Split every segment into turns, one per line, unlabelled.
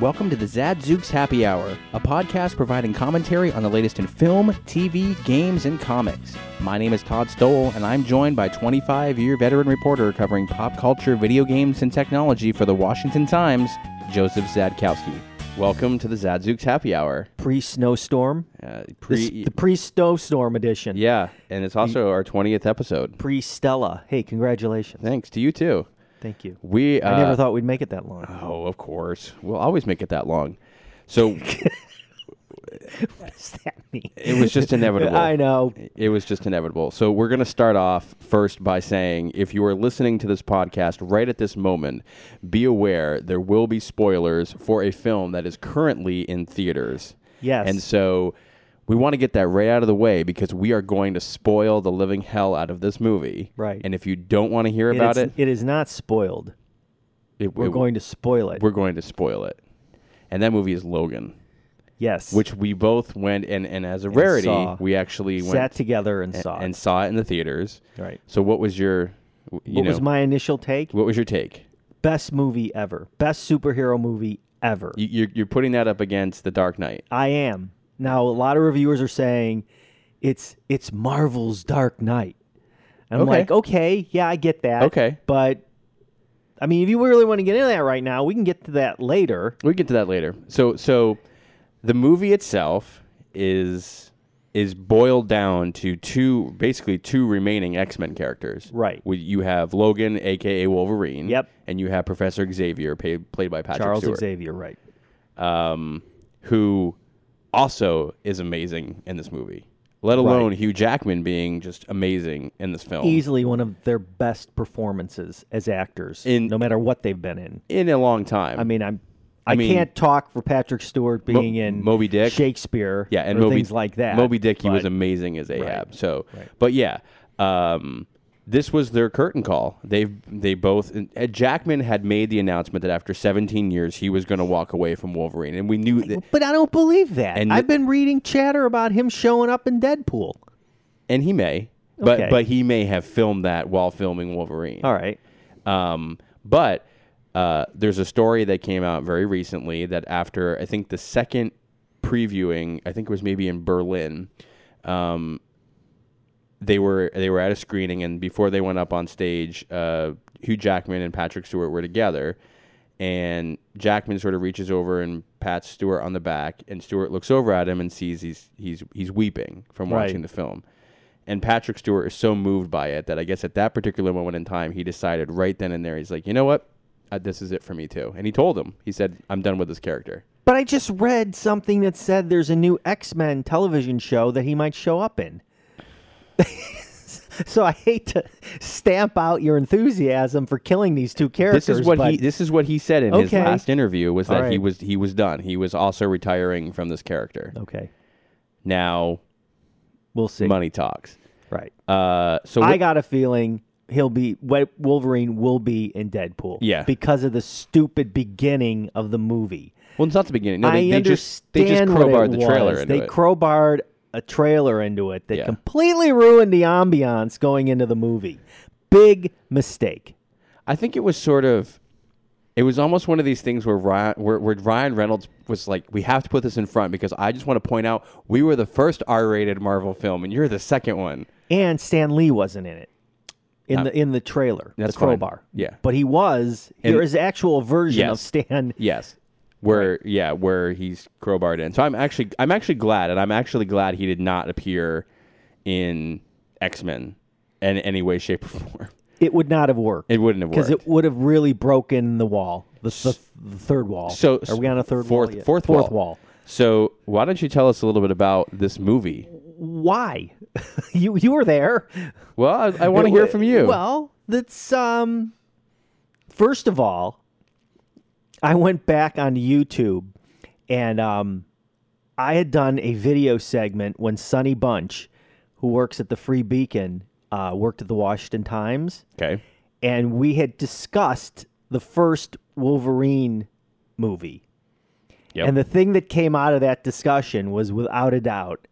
welcome to the Zadzooks Happy Hour, a podcast providing commentary on the latest in film, TV, games, and comics. My name is Todd Stoll, and I'm joined by 25 year veteran reporter covering pop culture, video games, and technology for the Washington Times, Joseph Zadkowski. Welcome to the Zadzooks Happy Hour.
pre snowstorm.
Uh, pre-
The pre snowstorm edition.
yeah, and it's also our 20th episode.
Pre Stella. Hey, congratulations.
Thanks to you, too.
Thank you.
We uh,
I never thought we'd make it that long.
Oh, of course. We'll always make it that long. So
What does that mean?
it was just inevitable.
I know.
It was just inevitable. So we're going to start off first by saying if you are listening to this podcast right at this moment, be aware there will be spoilers for a film that is currently in theaters.
Yes.
And so we want to get that right out of the way because we are going to spoil the living hell out of this movie.
Right.
And if you don't want to hear
It
about
is-
it,
it is not spoiled.
it-
We're
it-
going to spoil it.
we're going to spoil it. And that movie is Logan,
yes.
which we both went and and as a rarity,
saw.
we actually went
sat together and
a-
saw.
and
it.
saw it in the theaters.
Right.
So what was your w- you
What
know
was my initial take?
what was your take?
Best movie ever. Best superhero movie ever.
You, you're you're putting that up against The Dark Knight.
I am. Now a lot of reviewers are saying it's it's Marvel's Dark Knight. And I'm
Okay.
like, okay, yeah, I get that.
Okay.
But I mean, if you really want to get into that right now, we can get to that later.
We get to that later. So so the movie itself is is boiled down to two basically two remaining X-Men characters.
Right.
We- You have Logan aka Wolverine.
Yep.
And you have Professor Xavier pa- played by Patrick
Charles
Stewart.
Xavier, right.
um, who also is amazing in this movie. Let alone Hugh Jackman being just amazing in this film.
Easily one of their best performances as actors,
In-
no matter what they've been in.
in a long time.
I mean, I'm I,
mean-
can't talk for Patrick Stewart being in
Moby Dick.
Shakespeare,
yeah, and
or
Moby
things like that.
Moby Dick, he was
but-
amazing as Ahab. So, but yeah, um, this was their curtain call. They they both and Ed Jackman had made the announcement that after 17 years he was going to walk away from Wolverine, and we knew that,
but I don't believe that.
And
I've been reading chatter about him showing up in Deadpool.
and he may, but
Okay.
but he may have filmed that while filming Wolverine.
All right.
Um, but uh, there's a story that came out very recently that after I think the second previewing, I think it was maybe in Berlin, um, they were they were at a screening and before they went up on stage, uh, Hugh Jackman and Patrick Stewart were together, and Jackman sort of reaches over and pats Stewart on the back, and Stewart looks over at him and sees he's he's he's weeping from
Right.
watching the film. And Patrick Stewart is so moved by it that I guess at that particular moment in time, he decided right then and there, he's like, you know what? Uh, this is it for me too. And he told him, he said, I'm done with this character.
But I just read something that said there's a new X Men television show that he might show up in. so I hate to stamp out your enthusiasm for killing these two characters.
This is what
but
he this is what he said in his
Okay.
last interview was that
All
he
right.
was he was done. He was also retiring from this character.
Okay,
Now
we'll see.
money talks.
Right.
Uh, so
I
wh-
got a feeling he'll be Wa- Wolverine will be in Deadpool.
Yeah.
because of the stupid beginning of the movie.
well, it's not the beginning. No,
I
they, they just
understand
they just
what
crowbarred
it
the trailer
was.
into
they
it.
crowbarred a trailer into it that
Yeah.
completely ruined the ambiance going into the movie. Big mistake.
I think it was sort of, it was almost one of these things where Ryan, where, where Ryan Reynolds was like, we have to put this in front because I just want to point out we were the first R-rated Marvel film and you're the second one.
And Stan Lee wasn't in it. In the in the trailer,
Uh, That's
the
fine.
crowbar.
Yeah.
but he was. there is actual version of
Yes.
Stan.
Yes. Where yeah, where he's crowbarred in. So I'm actually I'm actually glad, and I'm actually glad he did not appear in X Men in any way, shape, or form.
It would not have worked
It wouldn't have
because
worked.
it would have really broken the wall, the, the, the third wall.
so
are we on a third
fourth
wall? yet?
fourth
fourth
wall.
wall?
So why don't you tell us a little bit about this movie?
Why? you you were there.
Well, I, I want to
It
hear
wa-
from you.
Well, that's um. First of all, I went back on YouTube, and um, I had done a video segment when Sonny Bunch, who works at the Free Beacon, uh, worked at the Washington Times,
okay.
and we had discussed the first Wolverine movie.
Yep.
And the thing that came out of that discussion was without a doubt,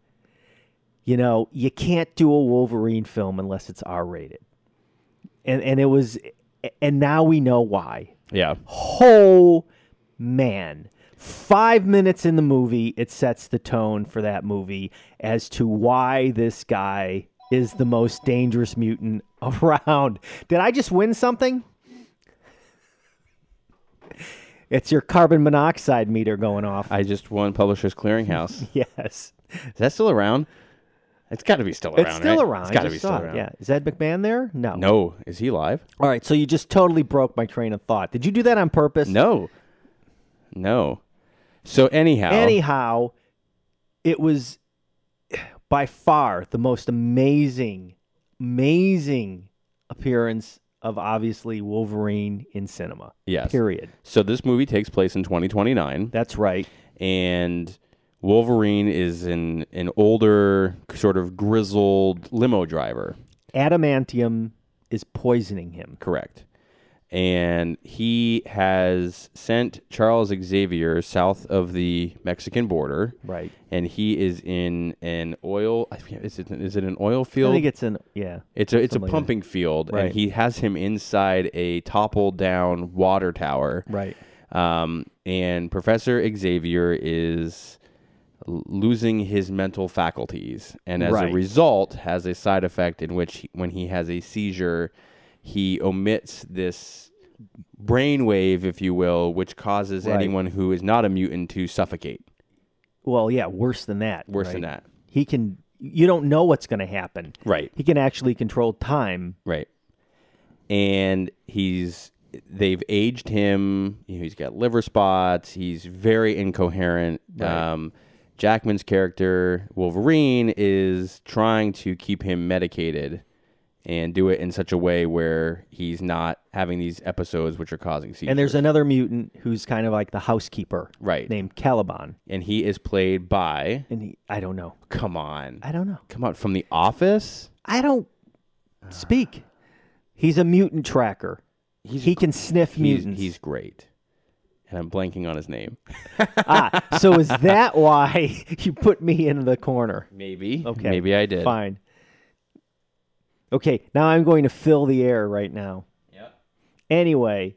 you know, you can't do a Wolverine film unless it's R rated. And and it was and now we know why.
yeah.
Oh man. five minutes in the movie, it sets the tone for that movie as to why this guy is the most dangerous mutant around. Did I just win something? It's your carbon monoxide meter going off.
I just won Publishers Clearinghouse. is
yes.
that still around? It's got to be still around.
it's still
right?
around.
It's
I
got to
just
be still
saw it.
around.
Yeah. Is Ed McMahon there? No.
No, is he live?
All right. So you just totally broke my train of thought. Did you do that on purpose?
No, no. So anyhow,
Anyhow, it was by far the most amazing, amazing appearance of obviously Wolverine in cinema.
yes.
Period.
So this movie takes place in 2029,
That's right.
and Wolverine is an an older, sort of grizzled limo driver.
Adamantium is poisoning him.
Correct. And he has sent Charles Xavier south of the Mexican border,
Right.
and he is in an oil. I think- Is it is it an oil
I
field?
think it's an yeah.
It's a it's a
Something like that.
pumping field,
Right.
and he has him inside a topple down water tower.
Right.
Um, and Professor Xavier is l- losing his mental faculties, and as
Right.
a result, has a side effect in which he, when he has a seizure, he omits this brainwave, if you will, which causes
Right.
anyone who is not a mutant to suffocate.
Well, yeah, worse than that.
Worse than
right?
that.
He can you don't know what's going to happen.
Right.
He can actually control time.
Right. And he's they've aged him. You know, he's got liver spots. He's very incoherent.
Right.
Um, Jackman's character Wolverine is trying to keep him medicated and do it in such a way where he's not having these episodes which are causing seizures.
And there's another mutant who's kind of like the housekeeper
right.
named Caliban.
And he is played by
And he, I don't know.
come on.
I don't know.
Come on from the office?
I don't speak. He's a mutant tracker.
He's
he can sniff
He's,
mutants.
he's great. And I'm blanking on his name.
ah, so is that why you put me in the corner?
Maybe.
Okay.
Maybe I did.
Fine. Okay, now I'm going to fill the air right now.
Yep.
Anyway,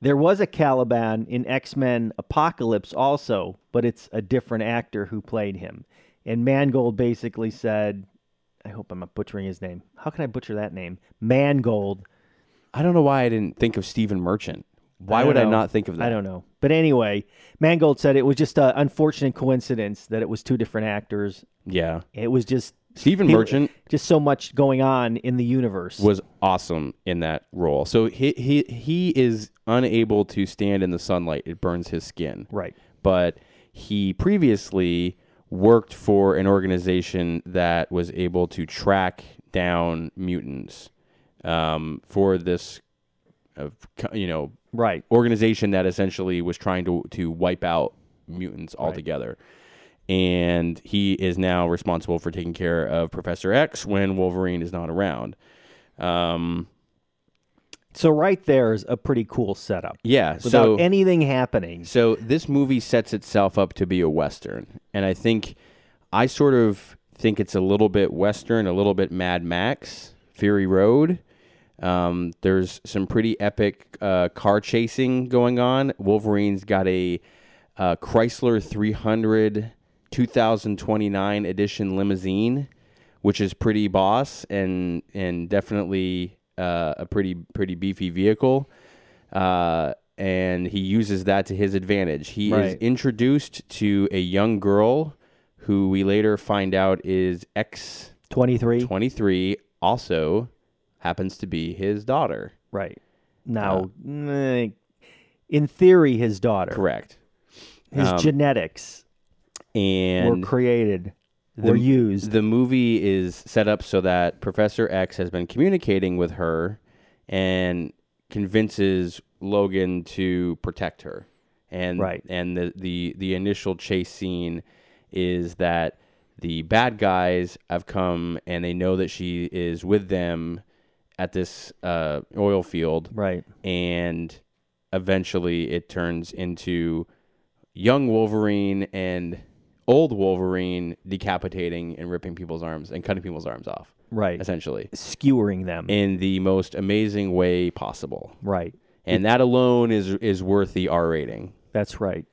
there was a Caliban in X Men Apocalypse also, but it's a different actor who played him. And Mangold basically said, I hope I'm not butchering his name. How can I butcher that name? Mangold.
I don't know why I didn't think of Stephen Merchant. Why
don't
would I
know.
not think of that?
I don't know. But anyway, Mangold said it was just an unfortunate coincidence that it was two different actors.
Yeah.
It was just
Stephen
He-
Merchant
just so much going on in the universe.
was awesome in that role. So he he he is unable to stand in the sunlight. It burns his skin.
right.
But he previously worked for an organization that was able to track down mutants um, for this uh, co- you know
Right.
organization that essentially was trying to to wipe out mutants altogether. And he is now responsible for taking care of Professor X when Wolverine is not around. Um,
So right there is a pretty cool setup.
yeah,
Without
so
anything happening.
so this movie sets itself up to be a western, and I think I sort of think it's a little bit western, a little bit Mad Max, Fury Road. Um, there's some pretty epic uh, car chasing going on. Wolverine's got a uh, Chrysler 300 2029 edition limousine, which is pretty boss and and definitely uh, a pretty pretty beefy vehicle. Uh, and he uses that to his advantage. He is
Right.
introduced to a young girl who we later find out is X
23.
23 also happens to be his daughter.
Right. Now, eh, in theory, his daughter,
Uh, Correct. Um,
his genetics were
And
created, were used.
the movie is set up so that Professor X has been communicating with her and convinces Logan to protect her. And
Right.
and the, the, the initial chase scene is that the bad guys have come and they know that she is with them at this uh, oil field
right.
and eventually it turns into young Wolverine and old Wolverine decapitating and ripping people's arms and cutting people's arms off,
Right.
essentially,
Skewering them.
in the most amazing way possible.
right.
And that alone is is worth the R rating.
That's right.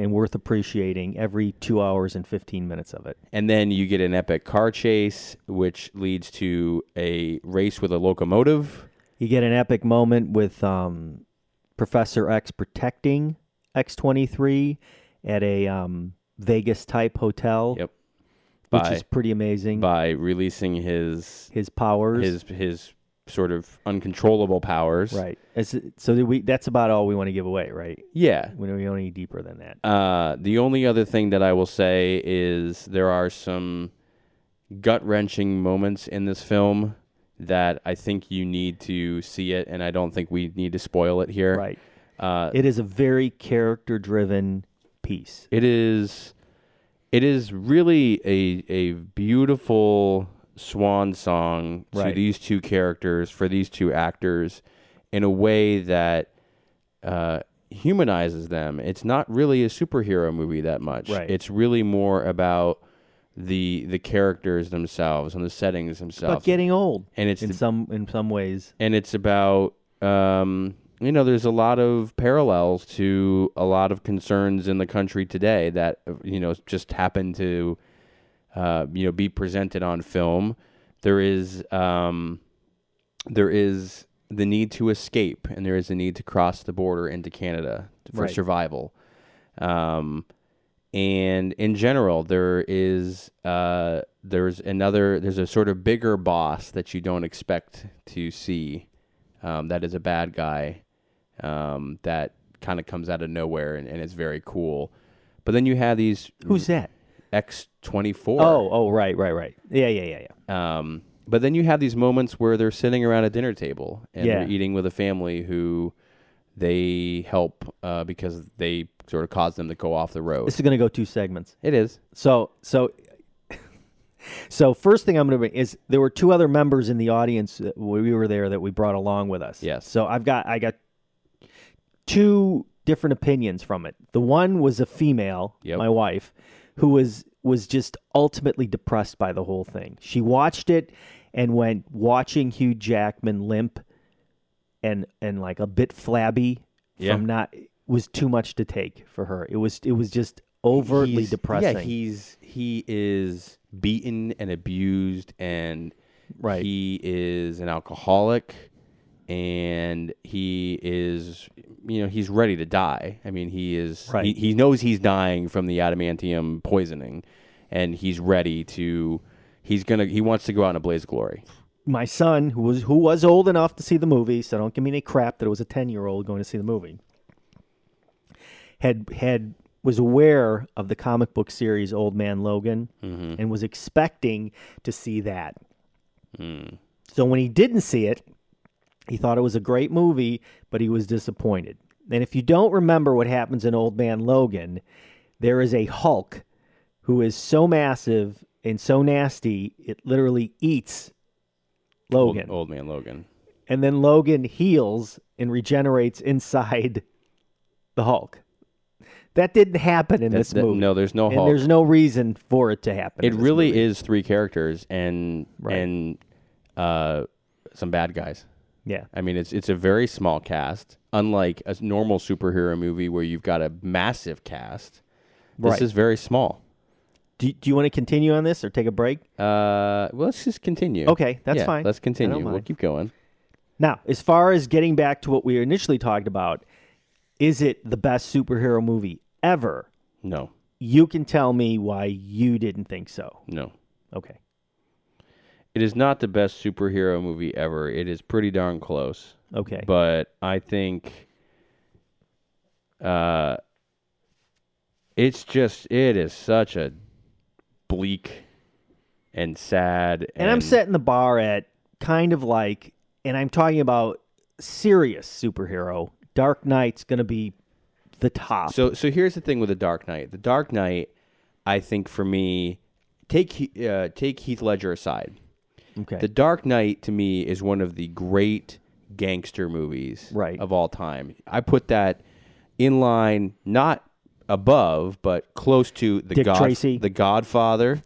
and worth appreciating every two hours and 15 minutes of it.
And then you get an epic car chase, which leads to a race with a locomotive.
You get an epic moment with um, Professor X protecting X23 at a um, Vegas type hotel,
Yep.
which
By
is pretty amazing.
by releasing his
His powers.
his his sort of uncontrollable powers.
Right. As, so that we, that's about all we want to give away, right?
Yeah.
We don't we don't need deeper than that.
Uh, the only other thing that I will say is there are some gut wrenching moments in this film that I think you need to see it, and I don't think we need to spoil it here.
Right.
Uh,
It is a very character driven piece.
it is, it is really a a beautiful swan song to
Right.
these two characters for these two actors, in a way that. Uh, humanizes them. It's not really a superhero movie that much.
Right.
It's really more about the the characters themselves and the settings
But
themselves.
getting old
and it's
in
the-
some in some ways.
and it's about um, you know there's a lot of parallels to a lot of concerns in the country today that uh, you know just happen to uh, you know be presented on film. There is um, there is the need to escape and there is a need to cross the border into Canada for
Right.
survival. Um, and in general, there is uh, there's another there's a sort of bigger boss that you don't expect to see um, that is a bad guy um, that kind of comes out of nowhere and, and it's very cool. But then you have these
Who's that?
X twenty four.
Oh, oh, right, right, right. Yeah, yeah, yeah, yeah.
Um, but then you have these moments where they're sitting around a dinner table and
Yeah.
they're eating with a family who they help uh, because they sort of caused them to go off the road.
This is gonna go two segments.
It is.
So so so first thing I'm going to bring is there were two other members in the audience that we were there that we brought along with us.
Yes.
So I've got I got two different opinions from it. The one was a female,
Yep.
my wife, who was was just ultimately depressed by the whole thing. She watched it and went watching Hugh Jackman limp and and like a bit flabby
Yeah.
from not was too much to take for her. It was it was just overtly
He's-
depressing.
Yeah, he's he is beaten and abused, and
Right.
he is an alcoholic, and he is you know he's ready to die. I mean, he is
Right.
he, he knows he's dying from the adamantium poisoning, and he's ready to. He's gonna. He wants to go out in a blaze of glory.
my son, who was who was old enough to see the movie, so don't give me any crap that it was a ten year old going to see the movie. Had had was aware of the comic book series Old Man Logan and was expecting to see that. So when he didn't see it, he thought it was a great movie, but he was disappointed. And if you don't remember what happens in Old Man Logan, there is a Hulk who is so massive and so nasty, it literally eats
Old-
Logan.
Old, man Logan.
And then Logan heals and regenerates inside the Hulk. That didn't happen in this
That-
movie.
No, there's no
and
Hulk.
there's no reason for it to happen.
it really is three characters and
Right.
and uh, some bad guys.
yeah.
I mean, it's it's a very small cast, unlike a s- normal superhero movie where you've got a massive cast. This
Right.
is very small.
Do, do you want to continue on this or take a break?
Uh, well, let's just continue.
Okay, that's
Yeah,
fine.
Let's
I don't
continue. We'll
mind.
keep going.
Now, as far as getting back to what we initially talked about, is it the best superhero movie ever?
No,
You can tell me why you didn't think so.
no,
Okay.
it is not the best superhero movie ever. It is pretty darn close,
Okay.
but I think, uh, it's just it is such a bleak and sad.
and I'm setting the bar at kind of like, and I'm talking about serious superhero. Dark Knight's going to be the top.
So so here's the thing with the Dark Knight. The Dark Knight, I think for me, take He- uh, take Heath Ledger aside.
okay.
The Dark Knight to me is one of the great gangster movies
Right.
of all time. I put that in line, not above, but close to the
Dick
God,
Tracy.
the Godfather,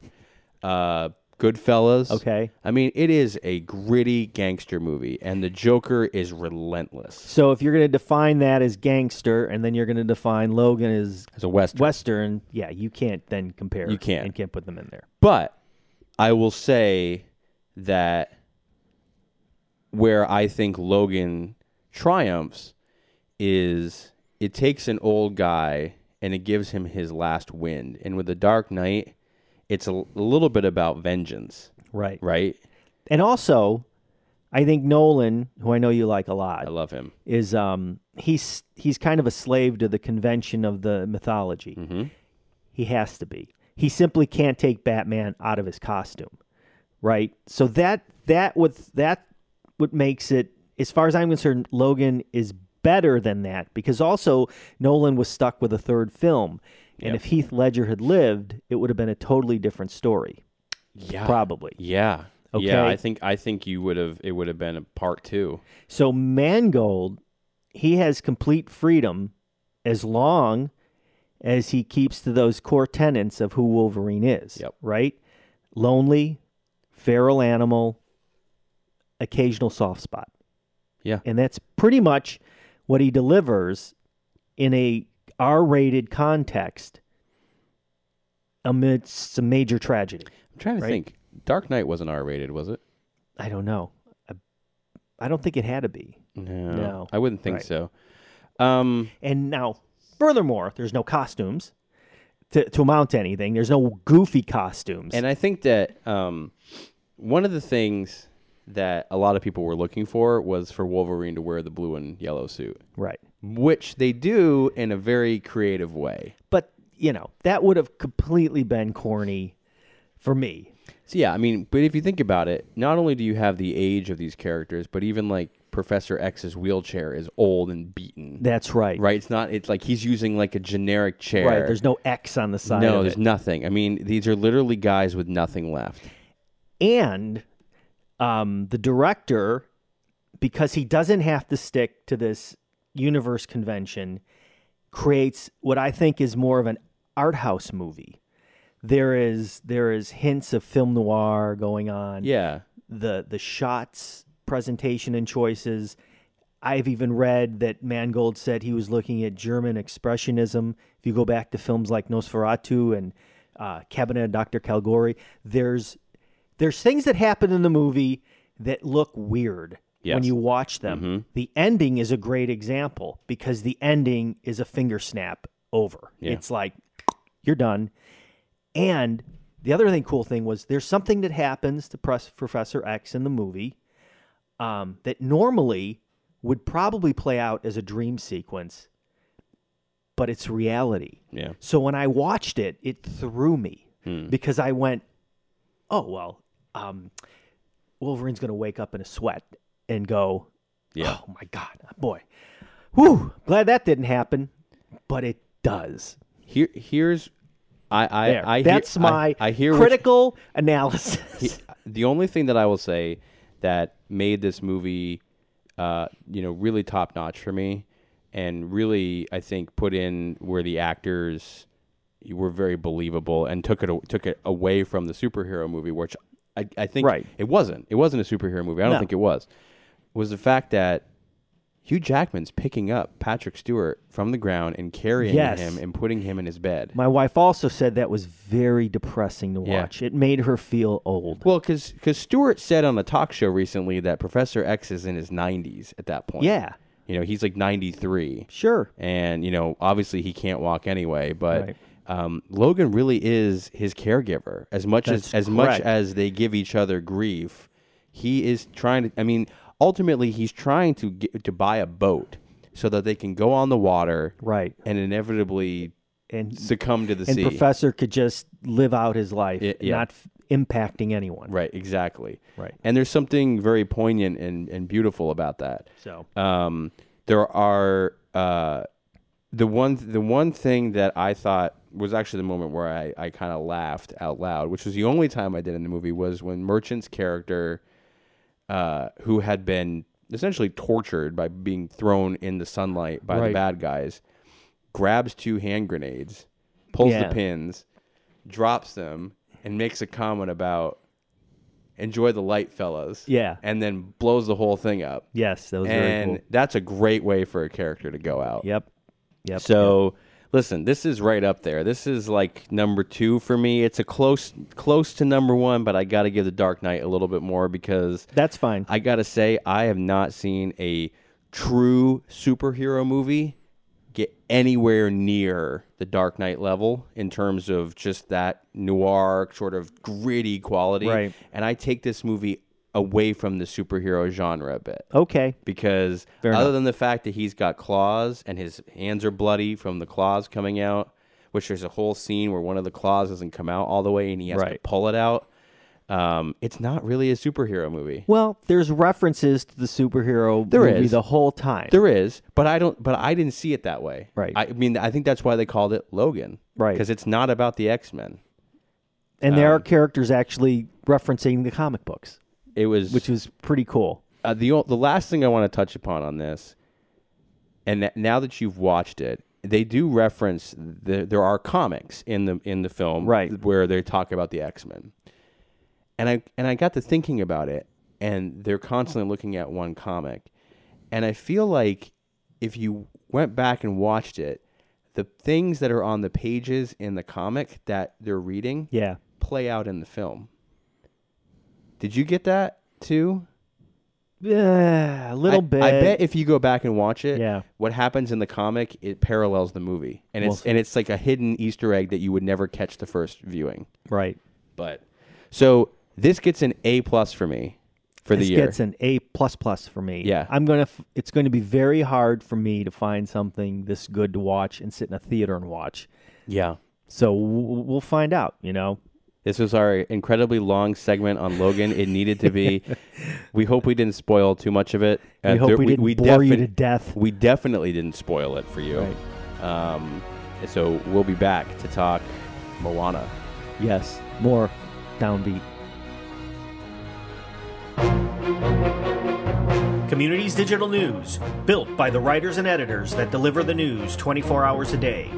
uh, Goodfellas.
Okay.
I mean, it is a gritty gangster movie, and the Joker is relentless
So if you're going to define that as gangster, and then you're going to define Logan as
as a western.
Western, yeah, you can't then compare.
You can't.
and can't put them in there.
But I will say that where I think Logan triumphs is it takes an old guy and it gives him his last wind. And with The Dark Knight, it's a, a little bit about vengeance,
Right.
right?
And also, I think Nolan, who I know you like a lot,
I love him.
is um he's he's kind of a slave to the convention of the mythology. He has to be. He simply can't take Batman out of his costume, right? So that that what that what makes it, as far as I'm concerned, Logan is better than that because also Nolan was stuck with a third film, and if Heath Ledger had lived, it would have been a totally different story,
Yeah.
probably.
Yeah. Yeah,
Okay.
I think I think you would have it would have been a part 2.
So Mangold, he has complete freedom as long as he keeps to those core tenets of who Wolverine is.
Yep.
Right? Lonely, feral animal, occasional soft spot.
Yeah.
And that's pretty much what he delivers in a R rated context amidst some major tragedy.
I'm trying to
Right.
think. Dark Knight wasn't R-rated, was it?
I don't know. I, I don't think it had to be.
No.
No.
I wouldn't think
Right.
so. Um
And now, furthermore, there's no costumes to, to amount to anything. There's no goofy costumes.
And uh, I think that um, one of the things that a lot of people were looking for was for Wolverine to wear the blue and yellow suit,
right.
which they do in a very creative way.
But, you know, that would have completely been corny for me.
So yeah, I mean, but if you think about it, not only do you have the age of these characters, but even like Professor X's wheelchair is old and beaten.
That's right.
right? It's not. It's like he's using like a generic chair.
Right. There's no X on the side.
no,
of
there's
it.
nothing. I mean, these are literally guys with nothing left.
And um, the director, because he doesn't have to stick to this universe convention, creates what I think is more of an art house movie. There is there is hints of film noir going on.
Yeah,
the the shots presentation and choices. I've even read that Mangold said he was looking at German expressionism. If you go back to films like Nosferatu and uh, Cabinet of Dr. Calgary, there's there's things that happen in the movie that look weird when
Yes.
you watch them. The ending is a great example because the ending is a finger snap over. It's like you're done. And the other thing, cool thing was there's something that happens to Press Professor X in the movie um, that normally would probably play out as a dream sequence, but it's reality.
yeah.
So when I watched it, it threw me because I went, "Oh well, um, Wolverine's going to wake up in a sweat and go,
Yeah.
oh my god, boy, whew, glad that didn't happen, but it does."
Here, here's. I, I,
There.
I hear-
That's
I-
my
I, hear what
critical analysis.
the only thing that I will say that made this movie, uh, you know, really top notch for me, and really I think put in where the actors were very believable and took it a- took it away from the superhero movie, which I, I think
Right.
it wasn't. It wasn't a superhero movie. I don't
No.
think it was. Was the fact that Hugh Jackman's picking up Patrick Stewart from the ground and carrying
Yes.
him and putting him in his bed.
My wife also said that was very depressing to
Yeah.
watch. It made her feel old.
Well, because Stewart said on a talk show recently that Professor X is in his 90s at that point.
Yeah,
You know, he's like 93.
sure.
And, you know, obviously he can't walk anyway, but.
Right.
Um, Logan really is his caregiver as much
That's
as as much
correct.
as they give each other grief. He is trying to. I mean, ultimately, he's trying to get, to buy a boat so that they can go on the water
Right.
and inevitably
And
succumb to the
and
sea.
professor could just live out his life,
Y- yeah.
not f- impacting anyone.
right, exactly.
Right.
And there's something very poignant and, and beautiful about that.
So
um, there are uh, the one the one thing that I thought was actually the moment where I, I kind of laughed out loud, which was the only time I did in the movie was when Merchant's character, uh, who had been essentially tortured by being thrown in the sunlight by
Right.
the bad guys, grabs two hand grenades, pulls
Yeah.
the pins, drops them, and makes a comment about enjoy the light, fellas.
Yeah.
And then blows the whole thing up.
Yes, that was very
and
cool.
that's a great way for a character to go out.
Yep. Yep.
So listen, this is right up there. This is like number two for me. It's a close close to number one, but I gotta give the Dark Knight a little bit more because
that's fine.
I gotta say I have not seen a true superhero movie get anywhere near the Dark Knight level in terms of just that noir sort of gritty quality.
Right.
And I take this movie away from the superhero genre a bit
okay.
because other than the fact that he's got claws and his hands are bloody from the claws coming out, which there's a whole scene where one of the claws doesn't come out all the way and he has to
Right.
pull it out. Um, it's not really a superhero movie.
Well, there's references to the superhero
There
movie
is.
the whole time.
There is, but I don't. But I didn't see it that way.
Right.
I mean, I think that's why they called it Logan.
Right.
Because it's not about the X Men.
and there are
um,
characters actually referencing the comic books,
It was
which was pretty cool.
uh, the o- the last thing I want to touch upon on this, and that now that you've watched it, they do reference the, there are comics in the in the film,
Right.
where they talk about the X Men, and I and I got to thinking about it, and they're constantly looking at one comic, and I feel like if you went back and watched it, the things that are on the pages in the comic that they're reading
Yeah.
play out in the film. Did you get that too?
Yeah, a little
I,
bit.
I bet if you go back and watch it,
Yeah.
what happens in the comic it parallels the movie, and it's
Well-
and it's like a hidden Easter egg that you would never catch the first viewing.
Right.
But so this gets an A plus for me for
This
the year.
gets an A plus plus for me.
Yeah.
I'm gonna. F- it's going to be very hard for me to find something this good to watch and sit in a theater and watch.
yeah,
So w- we'll find out. You know.
this was our incredibly long segment on Logan. it needed to be. We hope we didn't spoil too much of it. Uh,
We hope we didn't bore you to death.
We definitely didn't spoil it for you. Um, so we'll be back to talk Moana.
Yes. More downbeat.
Communities Digital News, built by the writers and editors that deliver the news 24 hours a day.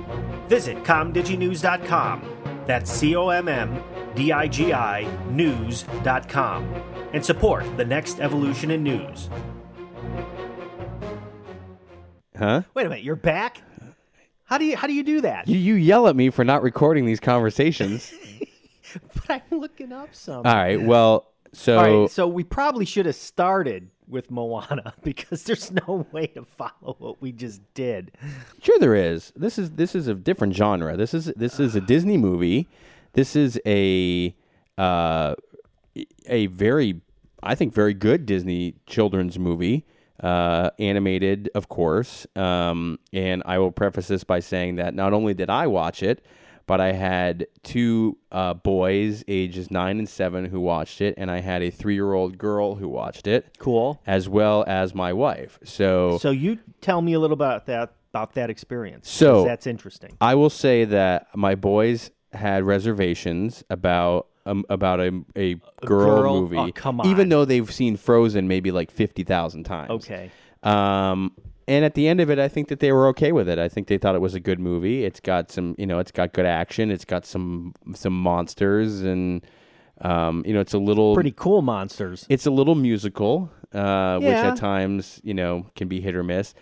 Visit comdiginews.com. That's C O M M D I G I news.com and support the next evolution in news.
Huh?
Wait a minute. You're back. How do you how do you do that?
You, you yell at me for not recording these conversations.
but I'm looking up some.
All right. Well, so,
All right, so we probably should have started with Moana because there's no way to follow what we just did.
sure there is. This is this is a different genre. This is this is a Disney movie. This is a uh, a very I think very good Disney children's movie. Uh, animated, of course. Um, and I will preface this by saying that not only did I watch it, but I had two uh, boys, ages nine and seven, who watched it, and I had a three-year-old girl who watched it.
Cool.
as well as my wife. So,
So you tell me a little about that about that experience. 'cause
So-
that's interesting.
I will say that my boys had reservations about um, about a, a, girl,
girl?
movie.
Oh, come
Even
on.
though they've seen Frozen maybe like 50,000 times.
Okay.
Um and at the end of it, I think that they were okay with it. I think they thought it was a good movie. It's got some, you know, it's got good action. It's got some some monsters, and um, you know, it's a little
Pretty cool monsters.
It's a little musical, uh, which
Yeah.
at times, you know, can be hit or miss.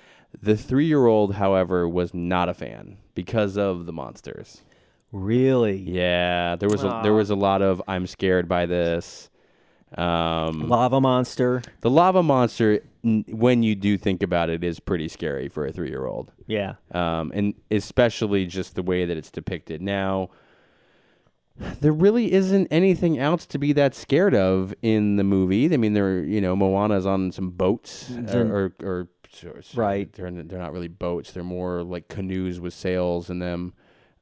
The three year old, however, was not a fan because of the monsters.
Really?
Yeah. There was a, there was a lot of I'm scared by this. Um,
Lava monster.
the lava monster, n- when you do think about it, is pretty scary for a three year old
Yeah.
um, and especially just the way that it's depicted now. There really isn't anything else to be that scared of in the movie. I mean, they're you know Moana's on some boats uh, or or, or
Mm-hmm. Right.
They're they're not really boats. They're more like canoes with sails in them.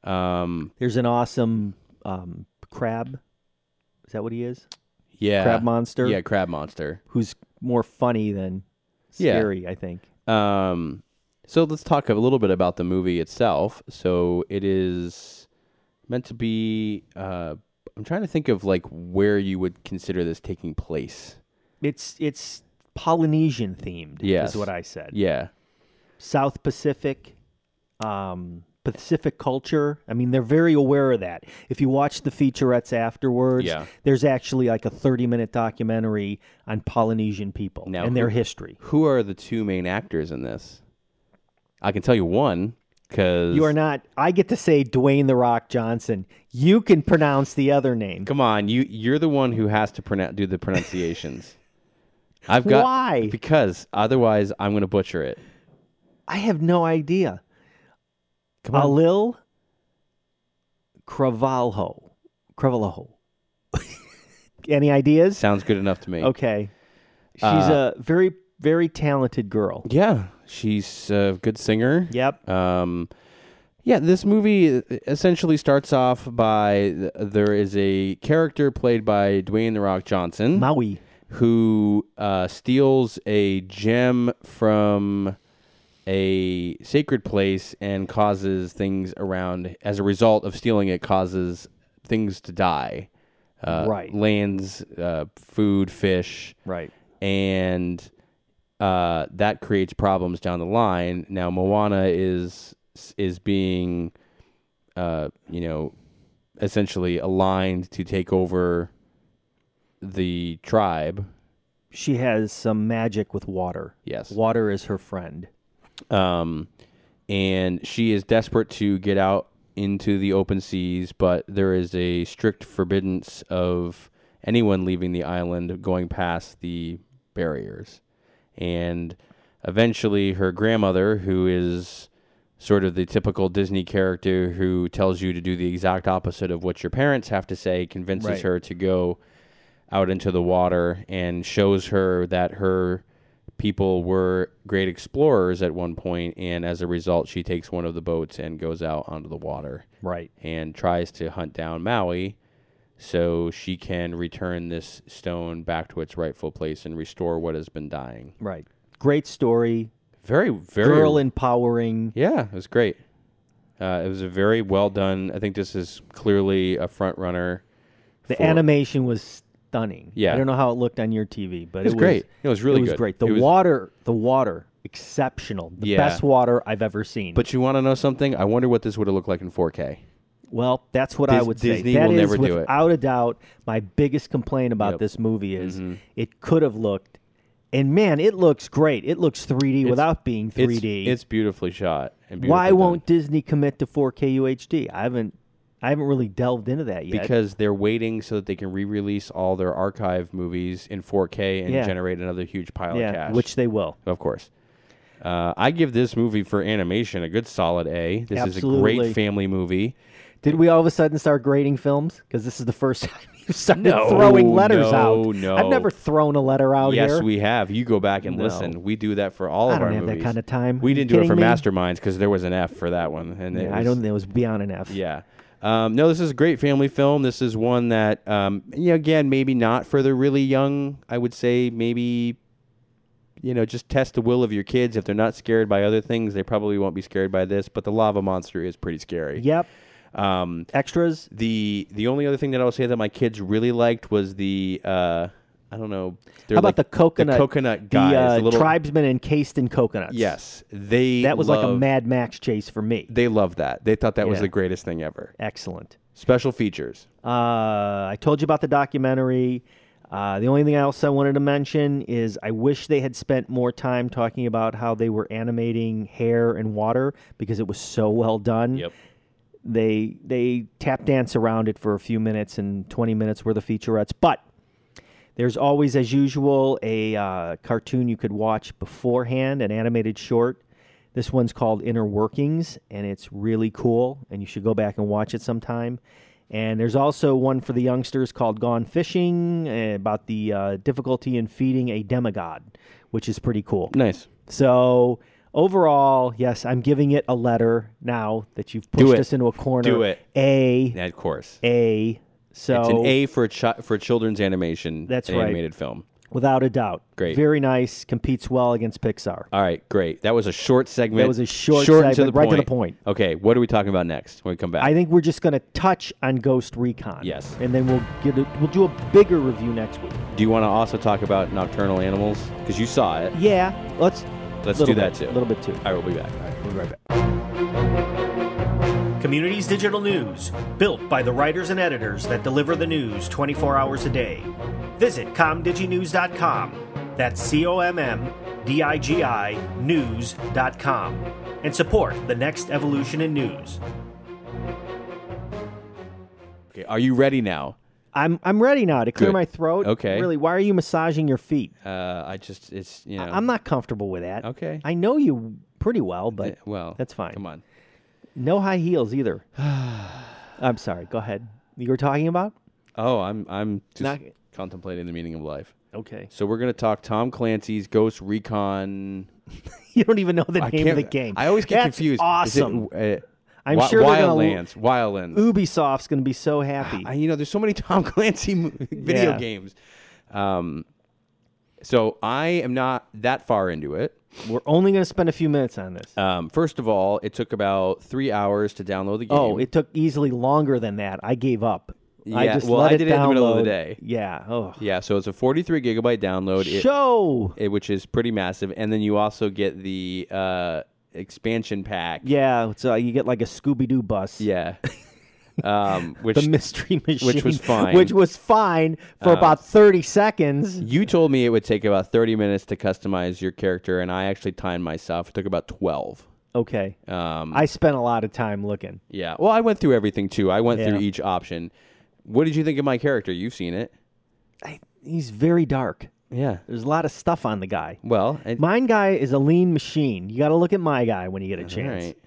Um,
There's an awesome um, crab. Is that what he is?
yeah,
Crab monster?
Yeah, crab monster.
Who's more funny than
Yeah.
scary? I think.
Um, so let's talk a little bit about the movie itself. So it is meant to be. Uh, I'm trying to think of like where you would consider this taking place.
It's it's Polynesian themed.
Yes.
is what I said.
Yeah,
South Pacific. Um, Pacific culture. I mean, they're very aware of that. If you watch the featurettes afterwards,
Yeah.
there's actually like a 30 minute documentary on Polynesian people
Now
and their
who-
history.
Who are the two main actors in this? I can tell you one because
You are not, I get to say Dwayne The Rock Johnson. You can pronounce the other name.
Come on, you you're the one who has to pronounce do the pronunciations. I've got
Why?
because otherwise I'm going to butcher it.
I have no idea.
Come on,
Alil Cravalho. Cravalho. Any ideas?
sounds good enough to me.
Okay. She's
Uh,
a very, very talented girl.
Yeah, she's a good singer.
Yep.
Um, yeah, this movie essentially starts off by th- there is a character played by Dwayne the Rock Johnson
Maui.
who uh, steals a gem from a sacred place and causes things around. As a result of stealing it, causes things to die. Uh,
Right.
Lands, uh, food, fish
Right.
and uh, that creates problems down the line. Now Moana is is being, uh, you know, essentially aligned to take over the tribe.
She has some magic with water.
Yes.
Water is her friend.
um, and she is desperate to get out into the open seas, but there is a strict forbiddance of anyone leaving the island going past the barriers. And eventually, her grandmother, who is sort of the typical Disney character who tells you to do the exact opposite of what your parents have to say, convinces
Right.
her to go out into the water and shows her that her people were great explorers at one point and as a result she takes one of the boats and goes out onto the water
Right.
and tries to hunt down Maui so she can return this stone back to its rightful place and restore what has been dying.
Right. Great story.
Very very
Girl empowering.
Yeah, it was great. Uh, it was a very well done. I think this is clearly a front runner.
The
for-
animation was stunning.
Yeah.
I don't know how it looked on your TV, but it
was
was
great. It was really
it was
good.
great. The
It was-
water, the water, exceptional. The
Yeah.
best water I've ever seen.
But you want to know something? I wonder what this would have looked like in 4K.
well, that's what I
Dis-
would
Disney
say. That
will
is
never do it.
without a doubt my biggest complaint about
Yep. Mm-hmm.
this movie is it could have looked and man, it looks great. It looks 3D without being 3D.
It's, it's beautifully shot. And beautifully
Why
done.
won't Disney commit to 4K UHD? I haven't I haven't really delved into that yet.
because they're waiting so that they can re-release all their archive movies in 4K and
Yeah.
generate another huge pile
yeah,
of cash.
which they will.
of course. Uh, I give this movie for animation a good solid A. This is a
Absolutely.
great family movie.
Did we all of a sudden start grading films? Because this is the first time you've started throwing letters
no,
out.
no.
I've never thrown a letter out
yes,
Oh, here.
we have. You go back and
No.
listen. We do that for all
I
of
don't
our
have that
movies.
kind of time.
We
Are
didn't
you
do it for
kidding me?
Masterminds because there was an F for that one, and it
Yeah, I
was-
don't think it was beyond an F.
Yeah. Um, no, this is a great family film. This is one that, um, yeah, again, maybe not for the really young. I would say maybe, you know, just test the will of your kids. If they're not scared by other things, they probably won't be scared by this. But the lava monster is pretty scary.
Yep.
Um,
Extras.
the the only other thing that I'll say that my kids really liked was the uh, I don't know.
How about the coconut?
The coconut guys.
The, uh,
the little,
tribesmen encased in coconuts.
Yes, they.
That was like a
loved-
Mad Max chase for me.
They loved that. They thought that was
Yeah.
the greatest thing ever.
Excellent.
Special features.
Uh, I told you about the documentary. Uh, the only thing else I wanted to mention is I wish they had spent more time talking about how they were animating hair and water because it was so well done. They they tap dance around it for a few minutes and twenty minutes were the featurettes, but there's always, as usual, a uh, cartoon you could watch beforehand, an animated short. This one's called Inner Workings, and it's really cool, and you should go back and watch it sometime. And there's also one for the youngsters called Gone Fishing uh, about the uh, difficulty in feeding a demigod, which is pretty cool.
Nice.
So overall, yes, I'm giving it a letter now that you've
Do
pushed
it.
us into a corner.
Do it.
A
Yeah, of course.
A. So
It's an A for a chi- for a children's animation.
That's
an
right.
Animated film.
Without a doubt.
Great.
Very nice. Competes well against Pixar.
All right, great. That was a short segment.
That was a short
and
segment, right to the point.
Okay, what are we talking about next when we come back?
I think we're just going to touch on Ghost Recon.
Yes.
And then we'll get a, we'll do a bigger review next week.
Do you want to also talk about Nocturnal Animals because you saw it?
Yeah. Let's
Let's
little
do that
bit,
too.
A little bit too.
All right, we'll be back.
We'll be right back.
Communities Digital News, built by the writers and editors that deliver the news 24 hours a day. Visit comdiginews.com, that's C O M M D I G I news.com, and support the next evolution in news.
Okay, are you ready now?
I'm I'm ready now to clear
Good.
my throat.
Okay.
Really, why are you massaging your feet?
Uh, I just it's you know
I'm not comfortable with that.
Okay.
I know you pretty well, but
Yeah, eh, well
that's fine.
Come on.
no high heels either. I'm sorry. Go ahead. You were talking about?
Oh, I'm I'm just
Not-
contemplating the meaning of life.
Okay.
So we're gonna talk Tom Clancy's Ghost Recon.
You don't even know the
I
name of
can't-
the game.
I always get
That's
confused. Is it,
Awesome.
uh,
I'm
Wi-
sure they're gonna l-
Wildlands. Wildlands.
Ubisoft's gonna be so happy.
I, you know, there's so many Tom Clancy mo- video
Yeah.
games. Um, so I am not that far into it.
We're only gonna spend a few minutes on this.
Um, first of all, it took about three hours to download the game.
oh, it took easily longer than that. I gave up. I
Yeah,
just
well,
let
I did it in the middle of the
download.
day.
Yeah. Oh.
yeah. So it's a 43 gigabyte download. It-
Show.
it- which is pretty massive. And then you also get the uh, expansion pack.
Yeah. So you get like a Scooby Doo bus.
Yeah. um, which
the mystery machine,
was fine. Uh,
which was fine for about thirty seconds.
you told me it would take about 30 minutes to customize your character, and I actually timed myself. It took about 12.
Okay,
Um,
I spent a lot of time looking.
yeah. Well, I went through everything too. I went
Yeah.
through each option. What did you think of my character? You've seen it.
I, he's very dark.
Yeah.
There's a lot of stuff on the guy.
Well, I,
Mine guy is a lean machine. You got to look at my guy when you get a chance.
right.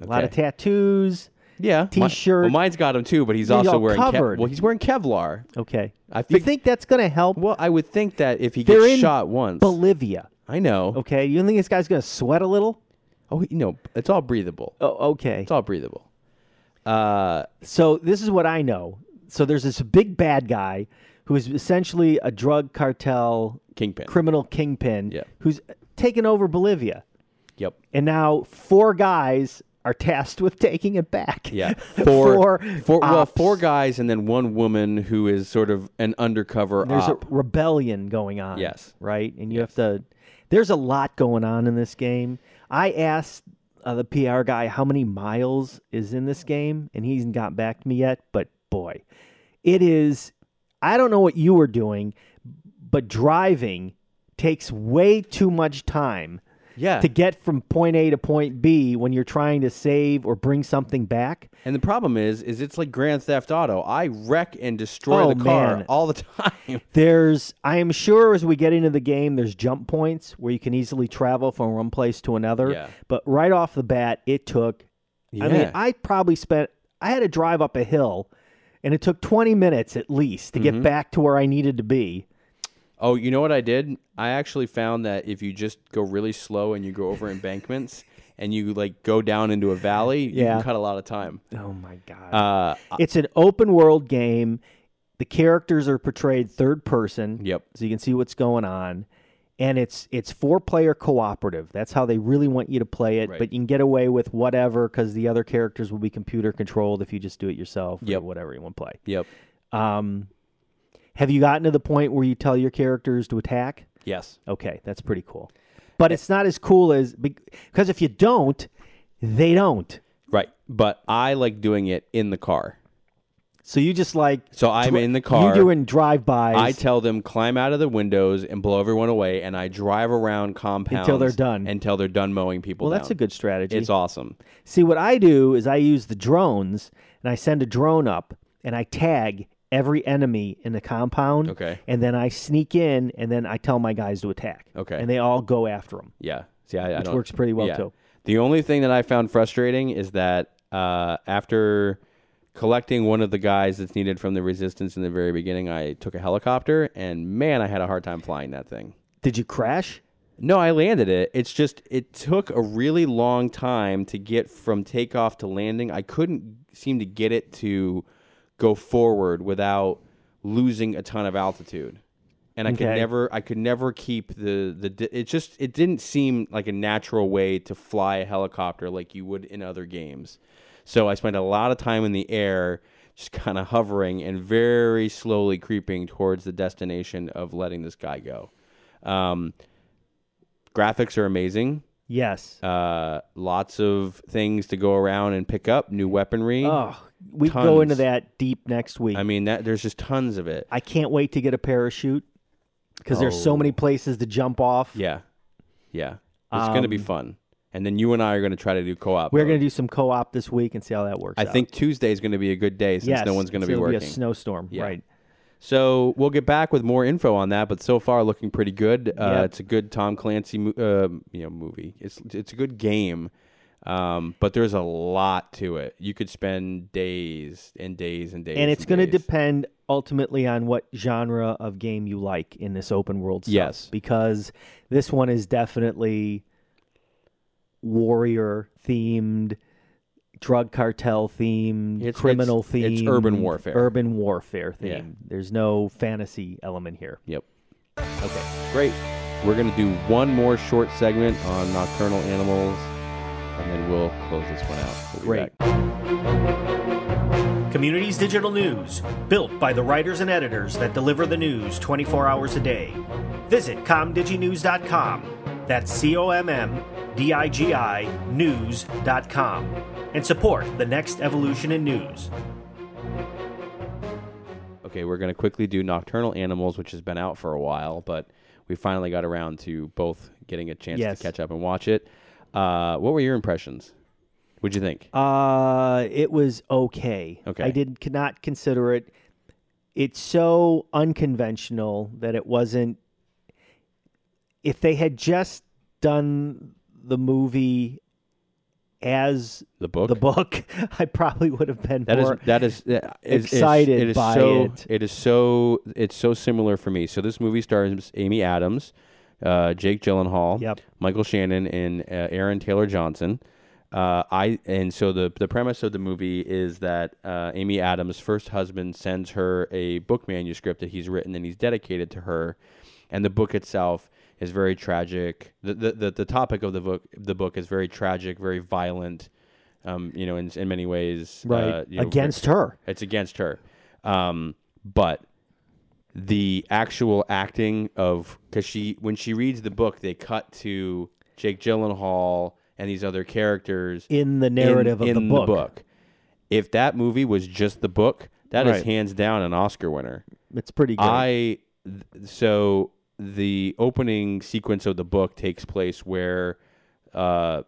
A lot of
Okay.
tattoos.
yeah, mi-
T-shirt.
well, mine's got him too, but he's
He's
also
all
wearing Kev-
covered.
well, he's wearing Kevlar.
Okay,
I
you
fig-
think that's gonna help?
Well, I would think that if he
They're
gets
in
shot once,
Bolivia.
I know.
Okay, you think this guy's gonna sweat a little?
Oh, he- no, it's all breathable.
Oh, okay.
It's all breathable. Uh,
So this is what I know. So there's this big bad guy who is essentially a drug cartel
Kingpin.
criminal kingpin
Yeah.
who's taken over Bolivia.
yep.
And now four guys are tasked with taking it back.
Yeah.
Four,
four- well,
ops.
four guys and then one woman who is sort of an undercover
There's
op.
a rebellion going on.
Yes.
Right? And you have to there's a lot going on in this game. I asked uh, the PR guy how many miles is in this game, and he hasn't got back to me yet, but boy, it is I don't know what you were doing, but driving takes way too much time
yeah.
to get from point A to point B when you're trying to save or bring something back.
And the problem is, is it's like Grand Theft Auto. I wreck and destroy
Oh,
the car
man.
all the time.
There's, I am sure, as we get into the game, there's jump points where you can easily travel from one place to another.
Yeah.
But right off the bat, it took. I mean,
Yeah.
I probably spent. I had to drive up a hill, and it took 20 minutes at least to get back to where I needed to be.
Oh, you know what I did? I actually found that if you just go really slow and you go over embankments and you like go down into a valley, you
Yeah.
can cut a lot of time.
Oh my god!
Uh,
it's an open world game. The characters are portrayed third person.
yep.
so you can see what's going on and it's it's four player cooperative that's how they really want you to play it
Right.
but you can get away with whatever because the other characters will be computer controlled if you just do it yourself or
Yep.
whatever you want to play
Yep.
um, have you gotten to the point where you tell your characters to attack
Yes.
okay that's pretty cool but it's not as cool as because if you don't they don't
Right. But I like doing it in the car.
so you just like
So I'm in the
you
car.
doing drive-bys
I tell them climb out of the windows and blow everyone away, and I drive around compounds
Until they're done.
Until they're done mowing people.
well that's a
down.
good strategy
It's awesome.
See, what I do is I use the drones and I send a drone up and I tag every enemy in the compound.
Okay.
And then I sneak in and then I tell my guys to attack.
Okay.
And they all go after them.
Yeah. See, I, I don't,
works pretty well, too.
The only thing that I found frustrating is that uh, after collecting one of the guys that's needed from the resistance in the very beginning, I took a helicopter, and man, I had a hard time flying that thing.
Did you crash?
No, I landed it. It's just it took a really long time to get from takeoff to landing. I couldn't seem to get it to go forward without losing a ton of altitude. And I could
Okay.
never I could never keep the the di- it just it didn't seem like a natural way to fly a helicopter like you would in other games. So I spent a lot of time in the air just kind of hovering and very slowly creeping towards the destination of letting this guy go. Um, graphics are amazing.
Yes.
Uh, lots of things to go around and pick up, new weaponry.
oh, we can go into
tons.
that deep next week.
I mean, that there's just tons of it.
I can't wait to get a parachute because there's so many places to jump off.
Oh. Yeah, yeah, it's gonna be fun. And then you and I are gonna try to do co-op.
Um, We're
mode.
going to do some co-op this week and see how that works.
I
out.
think Tuesday is gonna be a good day since
yes,
no one's gonna
it's
be
gonna
working.
a snowstorm,
Yeah.
right?
So we'll get back with more info on that, but so far looking pretty good. Uh,
Yep.
It's a good Tom Clancy, mo- uh, you know, movie. It's it's a good game, um, but there's a lot to it. You could spend days and days and days,
And it's going to
days.
depend ultimately on what genre of game you like in this open world. Stuff,
Yes.
because this one is definitely warrior themed, drug cartel themed,
It's- it's-
criminal
it's
themed,
urban warfare.
urban warfare themed.
Yeah.
There's no fantasy element here.
Yep. Okay, great. We're gonna do one more short segment on nocturnal animals, and then we'll close this one out. We'll be
Great.
back.
Communities Digital News, built by the writers and editors that deliver the news 24 hours a day. Visit comdiginews.com. That's C O M M D I G I news.com and support the next evolution in news.
Okay, we're going to quickly do Nocturnal Animals, which has been out for a while, but we finally got around to both getting a chance
Yes.
to catch up and watch it. Uh, what were your impressions? What'd you think?
Uh, it was okay.
Okay.
I did could not consider it. It's so unconventional that it wasn't. If they had just done the movie as
The book?
the book, I probably would have been
That is uh,
more.
that is that is- is-
excited
it is
by
so
it.
it is so it's so similar for me. So this movie stars Amy Adams, uh, Jake Gyllenhaal,
Yep.
Michael Shannon, and uh, Aaron Taylor Johnson. Uh, I and so the the premise of the movie is that uh, Amy Adams' first husband sends her a book manuscript that he's written and he's dedicated to her, and the book itself is very tragic. The the, the, the topic of the book the book is very tragic, very violent. Um, you know, in in many ways,
right
uh, you know,
against her.
it's against her. Um, but the actual acting of because she when she reads the book, they cut to Jake Gyllenhaal and these other characters
In the narrative of the
in
book.
If that movie was just the book, that is
Right.
hands down an Oscar winner.
It's pretty good.
I th- so the opening sequence of the book takes place where uh,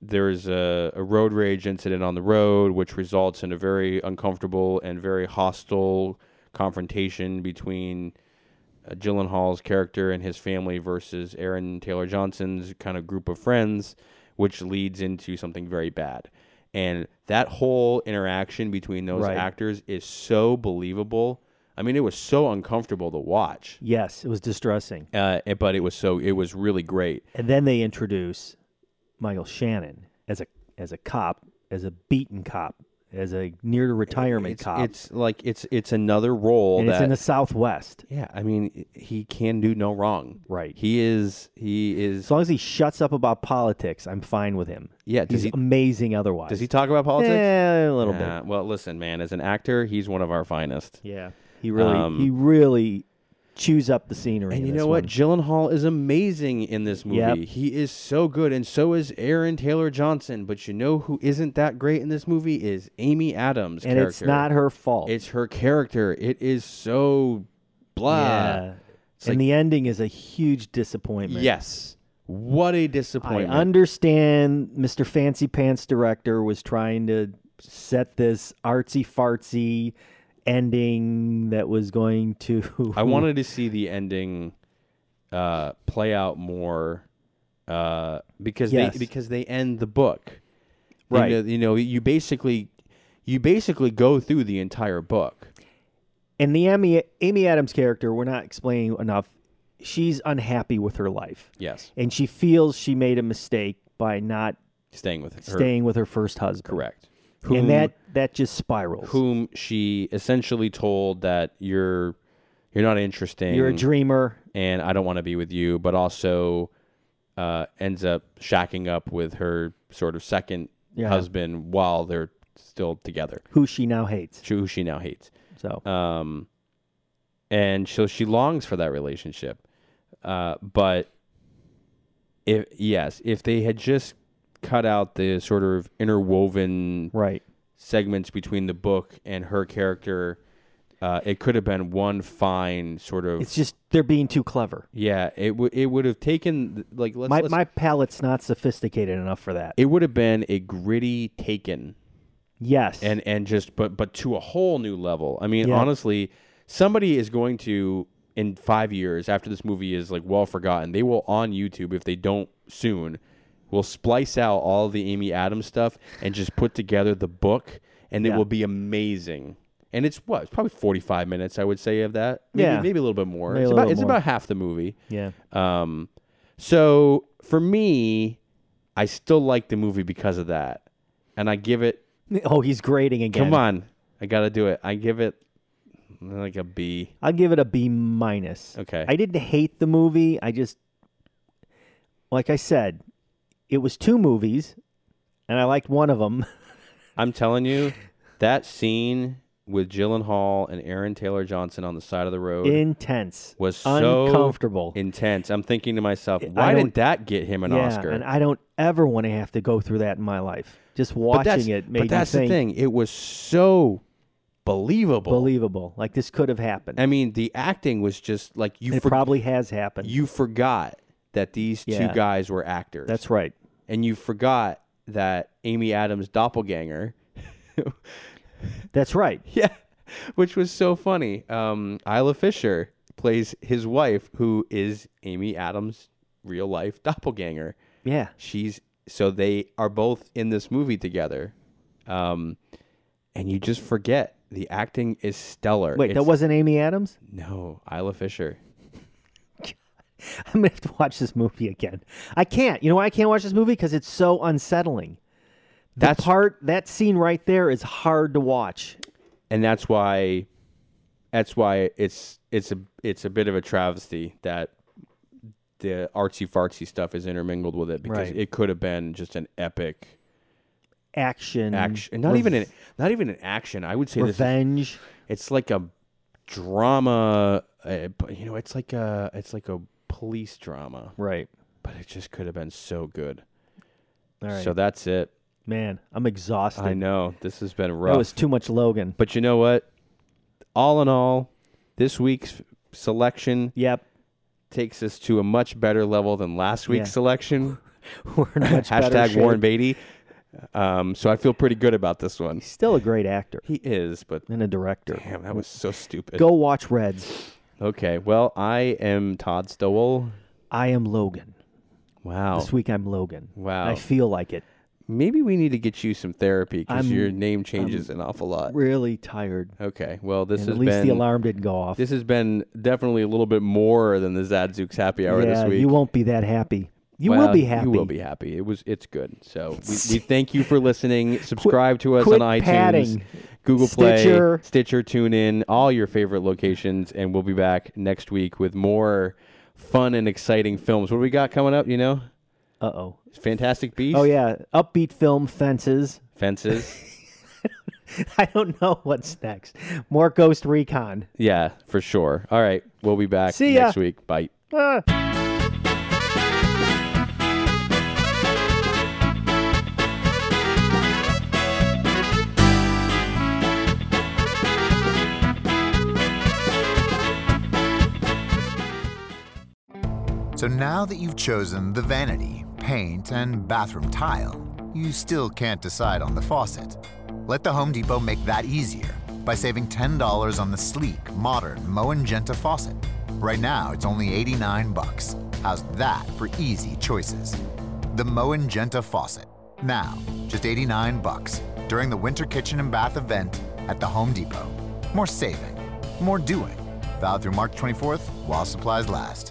there's a, a road rage incident on the road, which results in a very uncomfortable and very hostile confrontation between uh, Gyllenhaal's character and his family versus Aaron Taylor Johnson's kind of group of friends, which leads into something very bad. And that whole interaction between those
Right.
actors is so believable. I mean, it was so uncomfortable to watch,
yes, it was distressing.
uh, it- but it was so it was really great.
And then they introduce Michael Shannon as a as a cop, as a beaten cop, as a near to retirement
It's,
cop.
it's like it's it's another role
and
that
it's in the Southwest.
yeah. I mean, he can do no wrong.
Right.
He is he is
As long as he shuts up about politics, I'm fine with him.
yeah. Does
He's
he
amazing otherwise.
does he talk about politics?
Eh, a little
Nah, well, listen, man. As an actor, he's one of our finest.
bit. Yeah. He really
Um,
he really chews up the scenery.
And
in
you
this
know what?
one.
Gyllenhaal is amazing in this movie.
Yep.
He is so good, and so is Aaron Taylor Johnson. But you know who isn't that great in this movie is Amy Adams.
And
character.
it's not her fault.
It's her character. It is so blah.
yeah. Uh, and the ending is a huge disappointment.
Yes. What a
I
disappointment.
understand Mr. Fancy Pants director was trying to set this artsy fartsy ending that was going to
I wanted to see the ending uh, play out more uh, because
Yes.
they because they end the book. You
Right.
know- you know, you basically you basically go through the entire book.
and the Amy Amy Adams character, we're not explaining enough. She's unhappy with her life.
Yes.
And she feels she made a mistake by not
Staying with her.
staying with her first husband.
Correct.
and that that just spirals.
whom she essentially told that you're you're not interesting.
You're a dreamer.
and I don't want to be with you, but also uh, ends up shacking up with her sort of second
Yeah.
husband while they're still together,
Who she now hates.
she- who she now hates.
So
Um, and so she longs for that relationship, uh, but if yes, if they had just cut out the sort of interwoven
Right.
segments between the book and her character, uh, it could have been one fine sort of.
It's just they're being too clever.
yeah, it would it would have taken like let's,
My
let's-
my palate's not sophisticated enough for that.
it would have been a gritty Taken
yes.
and and just but but to a whole new level. I mean,
Yeah.
honestly, somebody is going to in five years after this movie is like well forgotten, they will on YouTube if they don't soon, will splice out all the Amy Adams stuff and just put together the book, and
Yeah.
it will be amazing. And it's what it's probably forty five minutes, I would say, of that. Maybe,
Yeah.
maybe a little bit more.
Maybe a
it's about
little
it's
more.
about half the movie.
yeah.
Um, so for me, I still like the movie because of that, and I give it
Oh, he's grading again.
Come on. I got to do it. I give it like a B.
I'll give it a B minus.
Okay.
I didn't hate the movie. I just, like I said, it was two movies, and I liked one of them.
I'm telling you, that scene with Gyllenhaal and Aaron Taylor Johnson on the side of the road
Intense.
was so
uncomfortable.
intense. I'm thinking to myself, why
don't-
didn't that get him an
yeah,
Oscar?
and I don't ever want to have to go through that in my life. Just
but that's,
watching it made
but that's
me think,
the thing. It was so believable.
believable. Like this could have happened.
I mean, the acting was just like you
it
for-
probably has happened.
you forgot that these
Yeah.
two guys were actors.
That's right.
and you forgot that Amy Adams' doppelganger
That's right.
Yeah, which was so funny. Um, Isla Fisher plays his wife, who is Amy Adams' real life doppelganger.
Yeah.
She's so they are both in this movie together, um, and you just forget the acting is stellar.
Wait, that
It's-
wasn't Amy Adams?
no Isla Fisher.
I'm gonna have to watch this movie again. I can't. You know why I can't watch this movie? Because it's so unsettling. The
That's-
part that scene right there is hard to watch.
and that's why that's why it's it's a it's a bit of a travesty that the artsy fartsy stuff is intermingled with it because
Right.
it could have been just an epic
Action.
action Mm. not
rev-
even an not even an action i would say this is,
revenge.
it's like a drama uh, but, you know it's like a it's like a police drama
Right.
but it just could have been so good
All right.
so that's it
Man, I'm exhausted.
i know this has been rough
That was too much Logan.
but you know what all in all this week's selection
Yep.
takes us to a much better level than last week's
Yeah.
selection.
We're in much better
Hashtag
shape.
Warren Beatty. Um, so I feel pretty good about this one.
He's still a great actor
He is, but
and a director.
damn, that was so stupid.
Go watch Reds.
Okay, well, I am Todd Stowell.
I am Logan.
Wow.
This week I'm Logan.
Oh. Wow.
I feel like it.
Maybe we need to get you some therapy because
I'm-
your name changes an awful lot.
Really tired.
Okay, well, this
And
has
at least
been
the alarm didn't go off.
this has been definitely a little bit more than the Zadzooks happy hour
yeah,
this week.
you won't be that happy. You will
Well,
be happy.
You will be happy. It was. It's good. So we, we thank you for listening. Subscribe to us
quit
on iTunes,
padding.
Google
Stitcher.
Play, Stitcher, TuneIn, all your favorite locations, and we'll be back next week with more fun and exciting films. What do we got coming up? You know,
Uh oh.
Fantastic Beasts,
Oh yeah, upbeat film fences.
Fences.
I don't know what's next. More Ghost Recon.
yeah, for sure. All right, we'll be back
See ya.
next week. Bye.
Ah.
So now that you've chosen the vanity, paint, and bathroom tile, you still can't decide on the faucet. Let the Home Depot make that easier by saving $10 on the sleek, modern Moen Genta faucet. Right now, it's only 89 bucks. How's that for easy choices? The Moen Genta faucet. Now, just 89 bucks during the winter kitchen and bath event at the Home Depot. More saving, more doing. Valid through March 24th while supplies last.